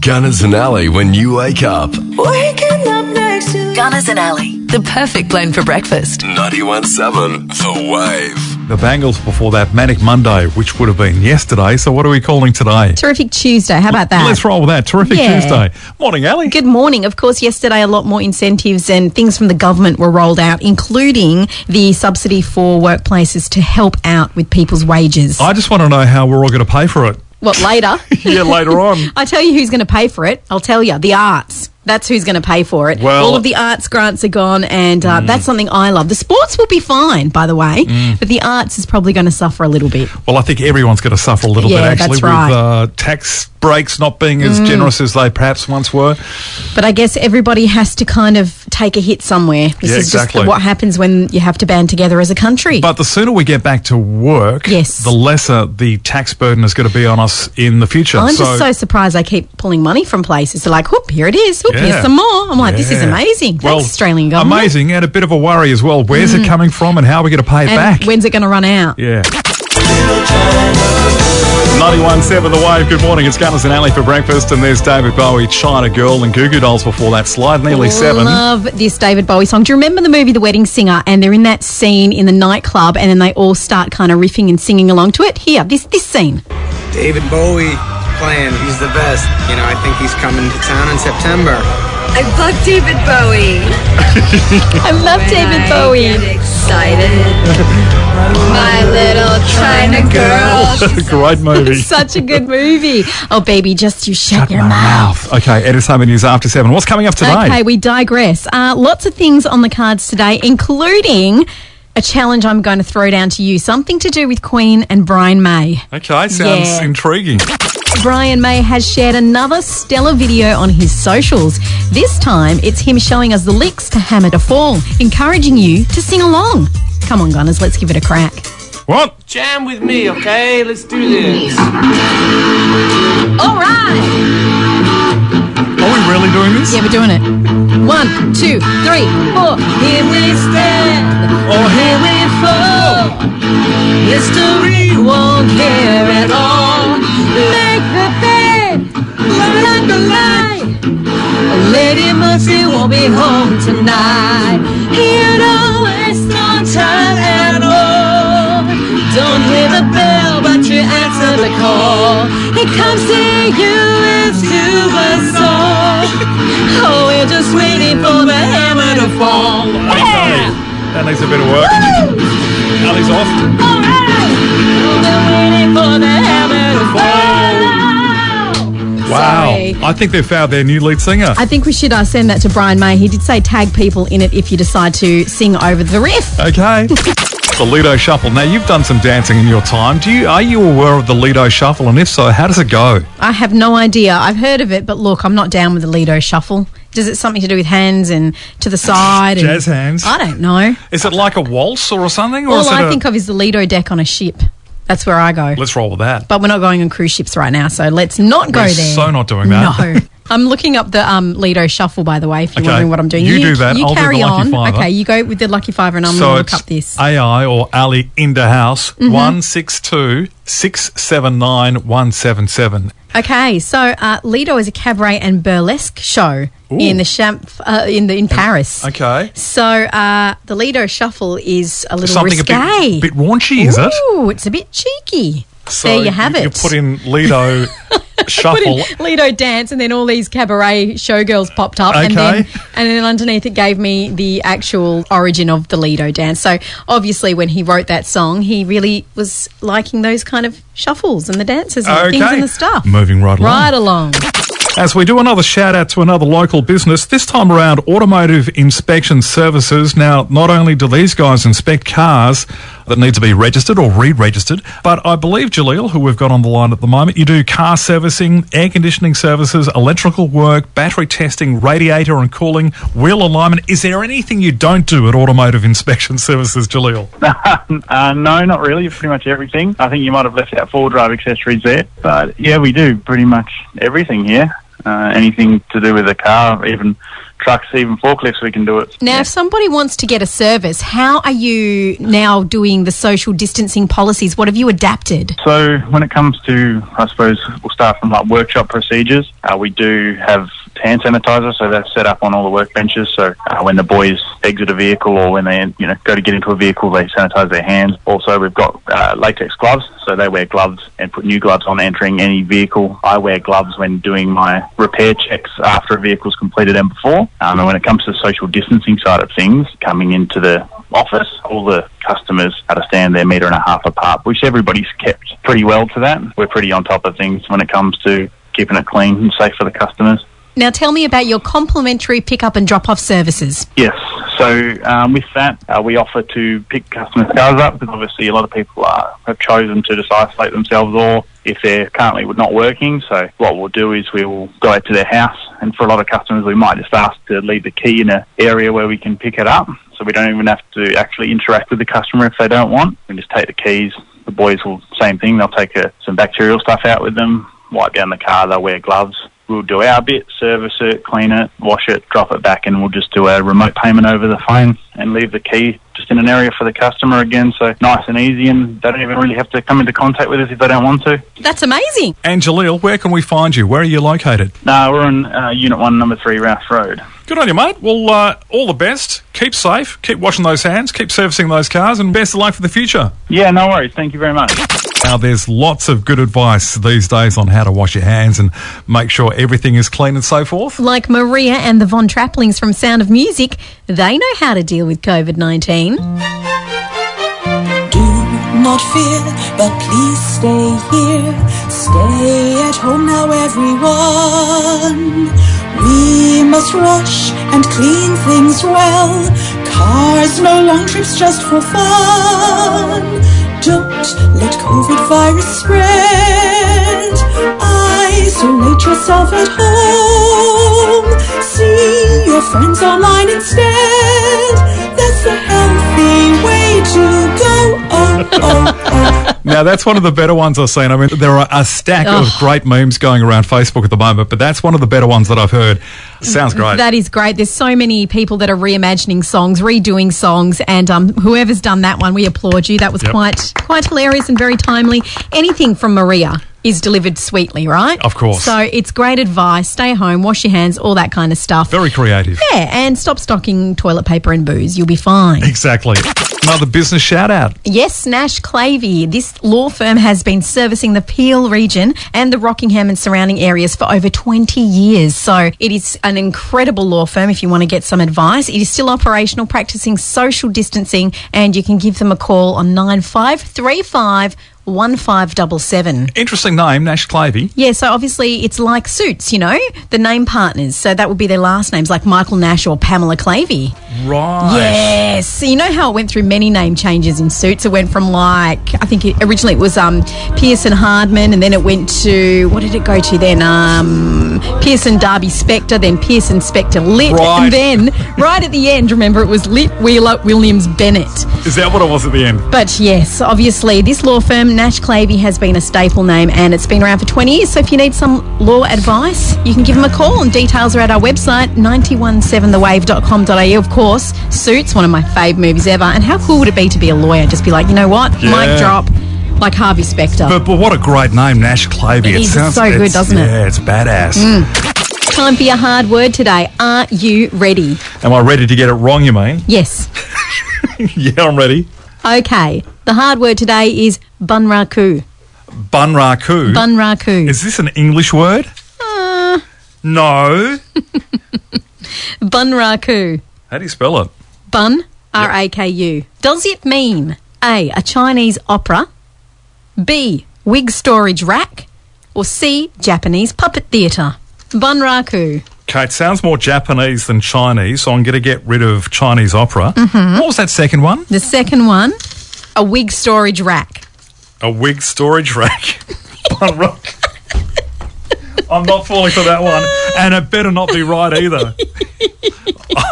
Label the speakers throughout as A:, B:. A: Gunners and Alley when you wake up.
B: Waking up next to
C: Gunners and Alley, the perfect blend for breakfast.
A: 91.7 The Wave.
D: The Bangles before that, Manic Monday, which would have been yesterday. So what are we calling today?
E: Terrific Tuesday. How about that?
D: Let's roll with that. Terrific
E: Yeah.
D: Tuesday. Morning, Ellie.
E: Good morning. Of course, yesterday a lot more incentives and things from the government were rolled out, including the subsidy for workplaces to help out with people's wages.
D: I just want to know how we're all going to pay for it.
E: what later?
D: Yeah, later on.
E: I tell you who's going to pay for it. I'll tell you the arts. That's who's going to pay for it.
D: Well- Mm.
E: All of the arts grants are gone, and uh, that's something I love. The sports will be fine, by the way, but the arts is probably going to suffer a little bit.
D: Well, I think everyone's going to suffer a little
E: Yeah,
D: bit, actually,
E: that's right. Mm.
D: with uh, tax breaks not being as generous as they perhaps once were.
E: But I guess everybody has to kind of take a hit somewhere. This
D: Yeah,
E: is
D: exactly.
E: just what happens when you have to band together as a country.
D: But the sooner we get back to work,
E: Yes.
D: the lesser the tax burden is going to be on us in the future.
E: I'm just so surprised I keep pulling money from places. They're like, whoop, here it is. Whoop,
D: Yeah.
E: here's some more. I'm like, this is
D: Yeah.
E: amazing. Thanks,
D: Well,
E: Australian government. Mm.
D: Amazing and a bit of a worry as well. Where's it coming from and how are we going to pay it
E: And
D: back?
E: when's it going to run out?
D: Yeah. 91.7 The Wave. Good morning. It's Gunners and Alley for breakfast, and there's David Bowie, China Girl, and Goo Goo Dolls before that slide. Nearly seven.
E: Love this David Bowie song. Do you remember the movie The Wedding Singer? And they're in that scene in the nightclub, and then they all start kind of riffing and singing along to it. Here, this this scene.
F: David Bowie playing. He's the best. You know, I think he's coming to town in September.
G: I love David Bowie.
E: I love David Bowie.
G: Get excited. My little China girl.
D: Great movie.
E: Such a good movie. Oh, baby, just you shut, your
D: My
E: mouth.
D: mouth. Okay, Entertainment News after seven. What's coming up today?
E: Okay, we digress. Uh, lots of things on the cards today, including a challenge I'm going to throw down to you. Something to do with Queen and Brian May.
D: Okay, sounds
E: Yeah.
D: intriguing.
E: Brian May has shared another stellar video on his socials. This time, it's him showing us the licks to Hammer to Fall, encouraging you to sing along. Come on, Gunners, let's give it a crack.
D: What?
H: Jam with me, okay? Let's do this.
E: All right.
D: Are we really doing this?
E: Yeah, we're doing it. One, two, three, four. Here we stand.
D: Oh,
E: Here we fall. Oh! History won't care at all. Make the bed, love it like a lie. Lady Mercy won't be home tonight. He'd always no time at all. Don't hear the bell, but you answer the call. Oh, He comes to you, it's to us all. Oh, we're just waiting for the hammer to fall.
D: Okay. That needs a bit of work. Alley's off. Wow.
E: Sorry.
D: I think they've found their new lead singer.
E: I think we should uh, send that to Brian May. He did say tag people in it if you decide to sing over the riff.
D: Okay. The Lido Shuffle. Now you've done some dancing in your time. Do you are you aware of the Lido Shuffle? And if so, how does it go?
E: I have no idea. I've heard of it, but look, I'm not down with the Lido shuffle. Does it something to do with hands and to the side? and-
D: Jazz hands.
E: I don't know.
D: Is it like a waltz or something? Or
E: All
D: is it
E: I
D: a-
E: think of is the Lido deck on a ship. That's where I go.
D: Let's roll with that.
E: but we're not going on cruise ships right now, so let's not go
D: We're
E: there.
D: so not doing that.
E: No. I'm looking up the um, Lido shuffle, by the way, if you're
D: Okay.
E: wondering what I'm doing.
D: You do that,
E: You
D: I'll do the
E: carry
D: lucky
E: on.
D: fiver.
E: Okay, you go with the lucky fiver, and I'm
D: so
E: going to look
D: it's
E: up this. Mm-hmm.
D: AI or Ali in the house one six two six seven nine one seven seven.
E: Okay, so uh, Lido is a cabaret and burlesque show in the champ uh, in the in Paris.
D: Okay.
E: So uh, the Lido shuffle is a little
D: Something a
E: risque.
D: bit, bit raunchy, is it?
E: Ooh, it's a bit cheeky.
D: So
E: there you have it.
D: You put in Lido
E: Put in
D: Shuffle.
E: Lido dance, and then all these cabaret showgirls popped up, and then
D: Okay.
E: and then underneath it gave me the actual origin of the Lido dance. So obviously, when he wrote that song, he really was liking those kind of shuffles and the dances and the things
D: Okay.
E: and the stuff.
D: Moving right along.
E: Right along.
D: As we do another shout out to another local business, this time around Automotive Inspection Services. Now, not only do these guys inspect cars that need to be registered or re registered, but I believe Jaleel, who we've got on the line at the moment, you do car servicing, air conditioning services, electrical work, battery testing, radiator and cooling, wheel alignment. Is there anything you don't do at Automotive Inspection Services, Jaleel?
I: Uh, no, not really. Pretty much everything. I think you might have left out four drive accessories there. But yeah, we do pretty much everything here. Uh, anything to do with a car, even trucks, even forklifts, we can do it.
E: Now, if somebody wants to get a service, how are you now doing the social distancing policies? What have you adapted?
I: So when it comes to, I suppose we'll start from like workshop procedures. Uh, we do have hand sanitizer, so that's set up on all the workbenches. So uh, when the boys exit a vehicle or when they, you know, go to get into a vehicle, they sanitize their hands. Also, we've got uh, latex gloves, so they wear gloves and put new gloves on entering any vehicle. I wear gloves when doing my repair checks after a vehicle's completed and before. Um, and when it comes to the social distancing side of things, coming into the office, all the customers had to stand their metre and a half apart, which everybody's kept pretty well to that. We're pretty on top of things when it comes to keeping it clean and safe for the customers.
E: Now, tell me about your complimentary pickup and drop off services.
I: Yes. So um, with that, uh, we offer to pick customers' cars up because obviously a lot of people are, have chosen to just isolate themselves or if they're currently not working. So what we'll do is we will go out to their house and for a lot of customers we might just ask to leave the key in an area where we can pick it up. So we don't even have to actually interact with the customer if they don't want. We just take the keys. The boys will, same thing, they'll take uh some bacterial stuff out with them, wipe down the car, they'll wear gloves we'll do our bit, service it, clean it, wash it, drop it back, and we'll just do a remote payment over the phone and leave the key just in an area for the customer again. So nice and easy, and they don't even really have to come into contact with us if they don't want to.
E: That's amazing.
D: And Jaleel, where can we find you? Where are you located?
I: No, we're on uh, Unit 1, Number 3, Rouse Road.
D: Good on you, mate. Well, uh, all the best. Keep safe. Keep washing those hands. Keep servicing those cars. And best of luck for the future.
I: Yeah, no worries. Thank you very much.
D: Now, there's lots of good advice these days on how to wash your hands and make sure everything is clean and so forth.
E: Like Maria and the Von Trapplings from Sound of Music, they know how to deal with COVID 19.
B: Do not fear, but please stay here. Stay at home now, everyone. We must rush and clean things well. Cars, no long trips just for fun. Don't let COVID virus spread. Isolate yourself at home. See your friends online instead. That's the healthy way to go. Oh, oh, oh.
D: Now, that's one of the better ones I've seen. I mean, there are a stack of great memes going around Facebook at the moment, but that's one of the better ones that I've heard. Sounds great.
E: That is great. There's so many people that are reimagining songs, redoing songs, and um, whoever's done that one, we applaud you. That was
D: Yep.
E: quite quite hilarious and very timely. Anything from Maria is delivered sweetly, right?
D: Of course.
E: So it's great advice. Stay home, wash your hands, all that kind of stuff.
D: Very creative.
E: yeah, and stop stocking toilet paper and booze. You'll be fine.
D: Exactly. Another business shout out.
E: Yes, Nash Clavey. This law firm has been servicing the Peel region and the Rockingham and surrounding areas for over 20 years. So it is an incredible law firm if you want to get some advice. It is still operational, practicing social distancing, and you can give them a call on 9535 1577.
D: Interesting name, Nash Clavey.
E: Yeah, so obviously it's like suits, you know, the name partners. So that would be their last names, like Michael Nash or Pamela Clavey.
D: Right.
E: Yes. So you know how it went through many name changes in suits. It went from like I think it, originally it was um, Pearson Hardman, and then it went to what did it go to then? Um, Pearson Darby Spectre, then Pearson Spectre Lit,
D: Right.
E: and then right at the end, remember it was Lit Wheeler Williams Bennett.
D: Is that what it was at the end?
E: But yes, obviously this law firm Nash Clavey has been a staple name, and it's been around for 20 years. So if you need some law advice, you can give them a call, and details are at our website 917thewave.com.au. Of course, Suits, one of my fave movies ever. And how cool would it be to be a lawyer? Just be like, you know what,
D: Yeah.
E: mic drop, like Harvey Specter.
D: But, but what a great name, Nash Clavey.
E: It is. It's so good,
D: it's-
E: doesn't it? Mm.
D: Yeah, it's badass.
E: Time for your hard word today. Are you ready?
D: Am I ready to get it wrong, you mean?
E: Yes.
D: yeah, I'm ready.
E: Okay. The hard word today is bunraku.
D: Bunraku.
E: Bunraku.
D: is this an English word?
E: Ah,
D: No.
E: bunraku.
D: How do you spell it?
E: Bun, R A K U. Does it mean A, a Chinese opera, B, wig storage rack, or C, Japanese puppet theatre? Bunraku.
D: Okay, it sounds more Japanese than Chinese, so I'm going to get rid of Chinese opera.
E: Mm-hmm.
D: What was that second one?
E: The second one, a wig storage rack.
D: A wig storage rack. Bunraku. I'm not falling for that one, and it better not be right either.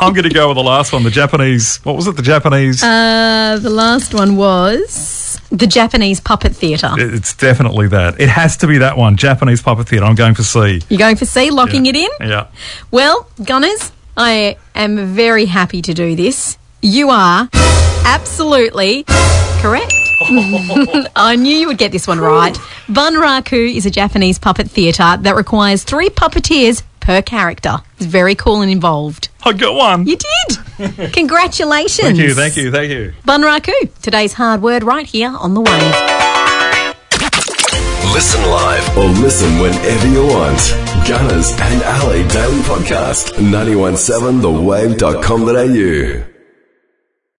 D: I'm going to go with the last one, the Japanese. What was it? The Japanese.
E: Uh, the last one was the Japanese puppet theatre.
D: It- It's definitely that. It has to be that one, Japanese puppet theatre. I'm going for C.
E: You're going for C, locking
D: Yeah.
E: it in?
D: Yeah.
E: Well, Gunners, I am very happy to do this. You are absolutely correct. I knew you would get this one right. Bunraku is a Japanese puppet theatre that requires three puppeteers per character. It's very cool and involved.
D: I got one.
E: You did! Congratulations!
D: Thank you, thank you, thank you.
E: Bunraku, today's hard word right here on the wave.
A: Listen live or listen whenever you want. Gunners and Alley Daily Podcast, 917thewave.com.au.